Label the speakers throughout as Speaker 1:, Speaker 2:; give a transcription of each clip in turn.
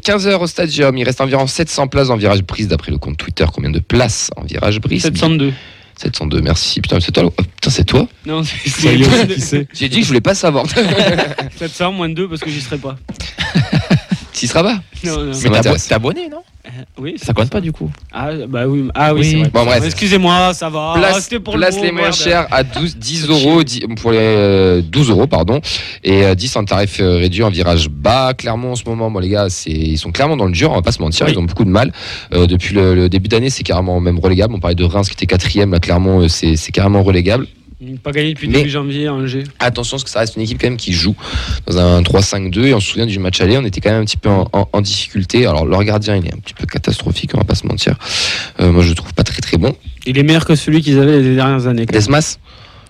Speaker 1: 15h au stadium. Il reste environ 700 places en virage brise d'après le compte Twitter. Combien de places en virage brise
Speaker 2: 702.
Speaker 1: 702, merci. Putain, c'est toi. le- oh, putain, c'est toi.
Speaker 2: Non, c'est
Speaker 3: C'est Elliot qui sait.
Speaker 1: J'ai dit que je voulais pas savoir.
Speaker 2: 700 moins 2 parce que j'y serai pas.
Speaker 1: S'il sera pas.
Speaker 2: Non, non.
Speaker 1: Ça
Speaker 4: Mais t'as
Speaker 1: m'intéresse.
Speaker 4: t'es abonné, non
Speaker 2: Oui,
Speaker 4: Ça compte pas du coup.
Speaker 2: Ah bah oui, ah oui,
Speaker 4: Oui.
Speaker 2: c'est vrai.
Speaker 1: Bon, bref.
Speaker 2: Excusez-moi, ça va. Ah,
Speaker 1: Place,
Speaker 2: c'était pour le
Speaker 1: place
Speaker 2: mot,
Speaker 1: les moins
Speaker 2: merde.
Speaker 1: chères à 12, 10 euros, 10 pour les euh, 12 euros, pardon, et euh, 10 en tarif euh, réduit en virage bas. Clairement, en ce moment, bon, les gars, c'est- ils sont clairement dans le dur, on va pas se mentir,
Speaker 2: Oui.
Speaker 1: ils ont beaucoup de mal. Euh, depuis le, le début d'année, c'est carrément même relégable. On parlait de Reims qui était quatrième, là, clairement, euh, c'est c'est carrément relégable.
Speaker 2: Ils n'ont pas gagné depuis
Speaker 1: Mais-
Speaker 2: début janvier à Angers.
Speaker 1: Attention, parce que ça reste une équipe quand même qui joue dans un 3-5-2. Et on se souvient du match aller, on était quand même un petit peu en, en- en difficulté. Alors, leur gardien, il est un petit peu catastrophique, on va pas se mentir. Euh, moi, je le trouve pas très très bon.
Speaker 2: Il est meilleur que celui qu'ils avaient les dernières années. quand même.
Speaker 1: Desmas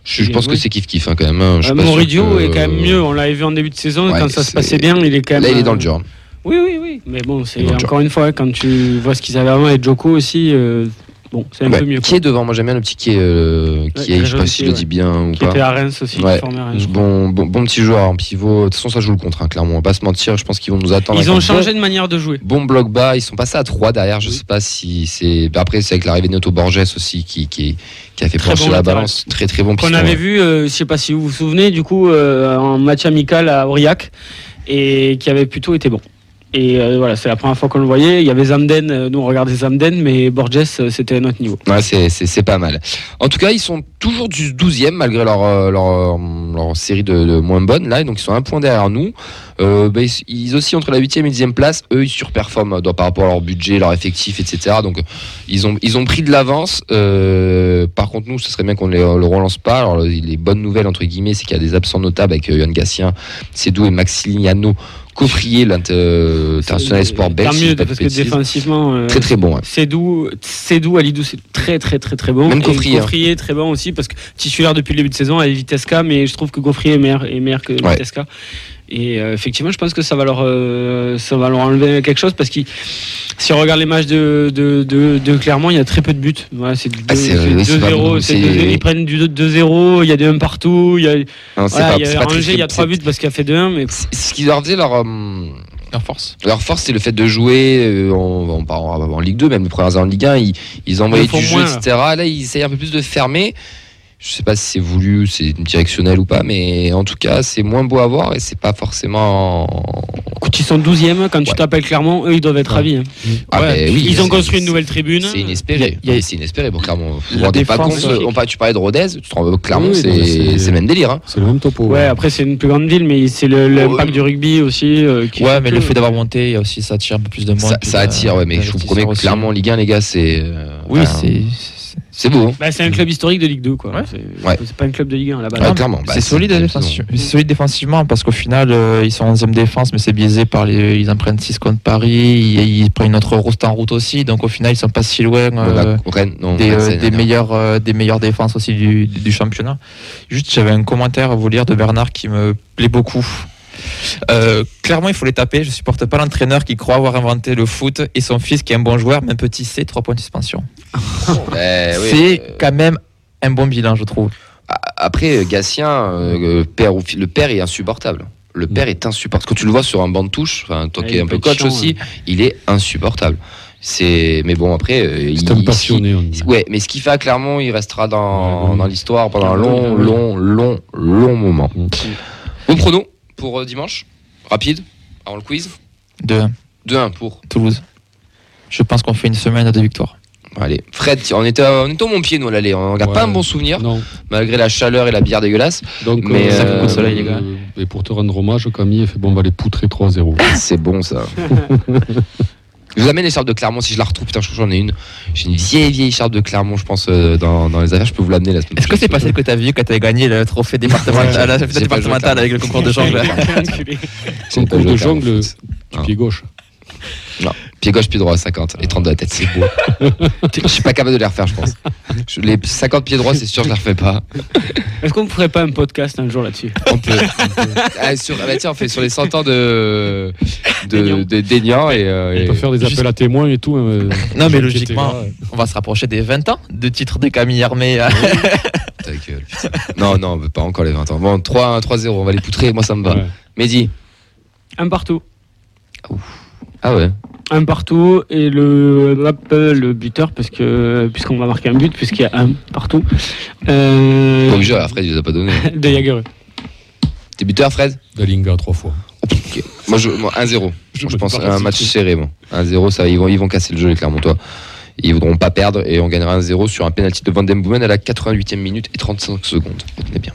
Speaker 1: je, je
Speaker 2: Et
Speaker 1: pense que
Speaker 2: oui.
Speaker 1: c'est kiff-kiff hein, quand même. hein. Je suis
Speaker 2: Euh,
Speaker 1: pas sûr
Speaker 2: Moridio
Speaker 1: que-
Speaker 2: est quand même mieux. On l'avait vu en début de saison
Speaker 1: Ouais,
Speaker 2: quand ça se
Speaker 1: c'est-
Speaker 2: passait bien, il est quand même.
Speaker 1: Là, il est dans
Speaker 2: euh,
Speaker 1: le dur.
Speaker 2: Oui, oui, oui. Mais bon, c'est
Speaker 1: Il est dans le
Speaker 2: encore une fois hein, quand tu vois ce qu'ils avaient avant et Joko aussi. euh, bon, c'est un
Speaker 1: Ouais.
Speaker 2: peu mieux. quoi.
Speaker 1: Qui est devant Moi, j'aime bien le petit qui est. euh, qui
Speaker 2: Ouais,
Speaker 1: est je sais pas
Speaker 2: Grajol
Speaker 1: si je le
Speaker 2: aussi,
Speaker 1: dis bien ou
Speaker 2: Qui
Speaker 1: pas.
Speaker 2: était à Reims aussi,
Speaker 1: Ouais.
Speaker 2: qui formait à Reims.
Speaker 1: Bon, bon, bon petit joueur en pivot. De toute façon, ça joue le contre, hein, clairement. On va pas se mentir. Je pense qu'ils vont nous attendre.
Speaker 2: Ils
Speaker 1: avec
Speaker 2: ont
Speaker 1: un
Speaker 2: changé de manière de jouer.
Speaker 1: Bon, bon bloc bas. Ils sont passés à 3 derrière. Je
Speaker 2: Oui.
Speaker 1: sais pas si c'est. Après, c'est avec l'arrivée de Noto Borges aussi qui, qui, qui a fait
Speaker 2: Très
Speaker 1: pencher
Speaker 2: bon
Speaker 1: la
Speaker 2: latéral.
Speaker 1: balance. Très, très bon
Speaker 2: Qu'on
Speaker 1: piston,
Speaker 2: avait
Speaker 1: ouais.
Speaker 2: vu, euh, je sais pas si vous vous souvenez, du coup, euh, en match amical à Aurillac, et qui avait plutôt été bon. Et euh, voilà, c'est la première fois qu'on le voyait. Il y avait Zamden, euh, nous on regardait Zamden, mais Borges, euh, c'était à notre niveau.
Speaker 1: Ouais, c'est- c'est c'est pas mal. En tout cas, ils sont toujours du 12e malgré leur, euh, leur, euh, leur série de, de moins bonnes. Là, Et donc ils sont un point derrière nous. Euh, ben, ils, ils oscillent entre la 8e et 10e place. Eux, ils surperforment euh, dans- par rapport à leur budget, leur effectif, etc. Donc, ils ont, ils ont pris de l'avance. Euh, par contre, nous, ce serait bien qu'on ne le relance pas. Alors, les- les bonnes nouvelles, entre guillemets, c'est qu'il y a des absents notables avec euh, Yann Gassien, Sédou et Maxiliano Coffrier, l'international sport belge.
Speaker 2: euh, Tant
Speaker 1: si je dis
Speaker 2: mieux,
Speaker 1: pas de
Speaker 2: parce que
Speaker 1: bêtises.
Speaker 2: défensivement, euh,
Speaker 1: Très très bon. hein. ouais.
Speaker 2: c'est doux, c'est doux, Alidou, c'est très très très très bon.
Speaker 1: Même
Speaker 2: Et
Speaker 1: Gaufrier, hein.
Speaker 2: Gaufrier, très bon aussi, parce que titulaire depuis le début de saison avec Vitesca, mais je trouve que Gaufrier est meilleur, est meilleur que
Speaker 1: Ouais.
Speaker 2: Vitesca. Et euh, effectivement, je pense que ça va leur, euh, ça va leur enlever quelque chose, parce que si on regarde les matchs de, de, de, de Clermont, il y a très peu de buts. Voilà, c'est du
Speaker 1: Ah, c'est- oui, c'est pas
Speaker 2: 2-0,
Speaker 1: bon,
Speaker 2: c'est
Speaker 1: c'est-
Speaker 2: 2-0, ils prennent du 2-0, il y a des 1 partout, il y a,
Speaker 1: Non, c'est
Speaker 2: voilà,
Speaker 1: pas-
Speaker 2: il y
Speaker 1: c'est
Speaker 2: a
Speaker 1: pas très-
Speaker 2: Angers, il y a
Speaker 1: c'est-
Speaker 2: 3 buts parce qu'il a fait 2-1, mais
Speaker 1: C'est- ce qui leur faisait leur euh,
Speaker 4: Leur force.
Speaker 1: leur force c'est le fait de jouer euh, en, en- en- en Ligue 2 même les premières années en Ligue 1 ils, ils envoyaient
Speaker 2: Ils font
Speaker 1: du jeu
Speaker 2: moins, là.
Speaker 1: etc là ils essayent un peu plus de fermer je sais pas si c'est voulu c'est directionnel ou pas mais en tout cas c'est moins beau à voir et c'est pas forcément
Speaker 2: écoute, ils sont 12e, quand tu
Speaker 1: Ouais.
Speaker 2: t'appelles Clermont, eux, ils doivent être
Speaker 4: Ouais.
Speaker 2: ravis. hein.
Speaker 1: Ah,
Speaker 4: Ouais,
Speaker 1: mais oui,
Speaker 2: ils ont
Speaker 1: c'est-
Speaker 2: construit une
Speaker 1: c'est-
Speaker 2: nouvelle tribune.
Speaker 1: c'est inespéré
Speaker 4: Il y a- il y a-
Speaker 1: c'est inespéré bon clairement vous vous
Speaker 4: La
Speaker 1: rendez pas compte
Speaker 4: défense,
Speaker 1: on parlait- tu parlais de Rodez tu te rends- clairement
Speaker 3: Oui, non, mais
Speaker 1: c'est
Speaker 3: c'est-
Speaker 1: c'est même délire hein.
Speaker 3: C'est le même topo.
Speaker 2: Ouais, après c'est une plus grande ville, mais c'est le, le
Speaker 1: Ouais.
Speaker 2: pack du rugby aussi. euh, qui
Speaker 4: Ouais,
Speaker 2: fait
Speaker 4: mais
Speaker 2: que-
Speaker 4: le fait d'avoir monté, il y a aussi ça attire un peu plus de monde.
Speaker 1: ça,
Speaker 4: puis,
Speaker 1: ça
Speaker 4: euh,
Speaker 1: attire ouais mais je vous
Speaker 4: d'investisseurs
Speaker 1: promets que
Speaker 4: aussi.
Speaker 1: clairement en Ligue 1 les gars c'est euh,
Speaker 4: Oui,
Speaker 1: enfin,
Speaker 4: c'est- c'est
Speaker 1: c'est beau hein.
Speaker 2: Bah, c'est un club historique de Ligue 2, quoi.
Speaker 4: Ouais.
Speaker 2: C'est
Speaker 1: Ouais.
Speaker 2: c'est pas un club de Ligue 1 là-bas.
Speaker 1: Ouais,
Speaker 4: non,
Speaker 1: clairement
Speaker 4: c'est
Speaker 1: Bah,
Speaker 4: solide, hein,
Speaker 1: c'est-
Speaker 4: défensivement. C'est solide défensivement parce qu'au final, euh, ils sont 11e défense, mais c'est biaisé par les. Ils en prennent 6 contre Paris, ils, ils prennent notre route en route aussi, donc au final, ils sont pas si loin. euh,
Speaker 1: Monaco, Rennes, non,
Speaker 4: des,
Speaker 1: Rennes,
Speaker 4: euh,
Speaker 1: c'est-
Speaker 4: des meilleures euh, des meilleures défenses aussi du, du championnat. Juste, j'avais un commentaire à vous lire de Bernard qui me plaît beaucoup. Euh, clairement, il faut les taper. Je supporte pas l'entraîneur qui croit avoir inventé le foot et son fils qui est un bon joueur, mais un petit C, 3 points de suspension.
Speaker 1: Eh oui,
Speaker 4: c'est
Speaker 1: euh,
Speaker 4: quand même un bon bilan, je trouve.
Speaker 1: a- Après, euh, Gatien, euh, euh, père ou fi- le père est insupportable. Le père est insupportable. Quand tu le vois sur un banc de touche, enfin, toi
Speaker 2: Ouais,
Speaker 1: qui es
Speaker 2: Ah, il
Speaker 1: un peu
Speaker 2: peut
Speaker 1: coach
Speaker 2: être chiant,
Speaker 1: aussi, il est insupportable. C'est, mais bon après, euh,
Speaker 3: C'est
Speaker 1: il-
Speaker 3: un
Speaker 1: il-
Speaker 3: passionné. on dit.
Speaker 1: il- Ouais, mais ce qu'il fait à Clermont, il restera dans,
Speaker 3: Ouais, ouais.
Speaker 1: dans l'histoire pendant un long,
Speaker 3: Ouais, ouais.
Speaker 1: long, long, long moment.
Speaker 3: Mm.
Speaker 1: Bon prono pour euh, dimanche, rapide, avant le quiz.
Speaker 4: De
Speaker 1: 2-1 pour.
Speaker 4: Toulouse. Je pense qu'on fait une semaine à deux victoires.
Speaker 1: Allez, Fred, on était, on était au Montpied, nous, l'allée. On n'a
Speaker 3: Ouais.
Speaker 1: pas un bon souvenir,
Speaker 3: Non.
Speaker 1: malgré la chaleur et la bière dégueulasse.
Speaker 3: Donc,
Speaker 1: Hein
Speaker 3: euh,
Speaker 1: Mais, Ça fait beaucoup de
Speaker 4: soleil, les gars.
Speaker 3: Et pour te rendre hommage, Camille, elle fait bon, on va les poutrer 3-0.
Speaker 1: C'est bon ça. Je vous amène l'écharpe de Clermont si je la retrouve. Putain, je crois que j'en ai une. J'ai une vieille, vieille écharpe de Clermont, je pense, euh, dans, dans les affaires. Je peux vous l'amener la semaine
Speaker 4: Est-ce que c'est pas
Speaker 1: prochaine.
Speaker 4: celle que t'as vue quand t'avais gagné le trophée départemental,
Speaker 1: Ouais,
Speaker 4: la
Speaker 1: j'ai pas joué,
Speaker 4: départementale
Speaker 1: clairement.
Speaker 4: avec le concours de jongle
Speaker 2: Enculé.
Speaker 1: J'ai pas
Speaker 3: Concours
Speaker 1: joué au
Speaker 3: de
Speaker 1: Clermont
Speaker 3: jongle.
Speaker 1: foot.
Speaker 3: Du
Speaker 1: Non.
Speaker 3: pied gauche.
Speaker 1: Pied gauche, pied droit, 50. Les 30 de la tête, c'est beau. je suis pas capable de les refaire, je pense. Je- Les 50 pieds droits, c'est sûr, je les refais pas.
Speaker 2: Est-ce qu'on ferait pas un podcast un jour là-dessus
Speaker 1: On peut. Ah, sur, ah bah tiens, on fait sur les 100 ans de. de,
Speaker 2: Daignan.
Speaker 1: de Daignan et. euh,
Speaker 3: On
Speaker 1: et-
Speaker 3: peut faire des
Speaker 4: juste-
Speaker 3: appels à témoins et tout. hein,
Speaker 4: Non, mais
Speaker 3: Jean-Pierre
Speaker 4: logiquement,
Speaker 3: Thévenin, ouais.
Speaker 4: on va se rapprocher des 20 ans de titre de Camille Armé. euh,
Speaker 1: Ta gueule, putain. non, non, on veut pas encore les 20 ans. Bon, Bah. 3-0, on va les poutrer, moi ça me va.
Speaker 3: Ouais.
Speaker 1: Mehdi,
Speaker 2: Un partout.
Speaker 1: Ah ouais.
Speaker 2: Un partout et le map, le buteur, parce que puisqu'on va marquer un but, puisqu'il y a un partout. Euh,
Speaker 1: Comme je, à Fred, il les a pas donné.
Speaker 2: de Jagereux.
Speaker 1: T'es buteur, Fred
Speaker 3: Dalinga trois fois.
Speaker 1: Moi, je, moi 1-0.
Speaker 3: Je
Speaker 1: Je,
Speaker 3: me
Speaker 1: pense
Speaker 3: suis
Speaker 1: à
Speaker 3: pas
Speaker 1: un
Speaker 3: passé
Speaker 1: match
Speaker 3: dessus.
Speaker 1: serré. Bon. 1-0, ça, ils vont, ils vont casser le jeu, les Clermontois. Ils voudront pas perdre et on gagnera 1-0 sur un penalty de Van Den Boomen à la 88e minute et 35 secondes. Retenez bien.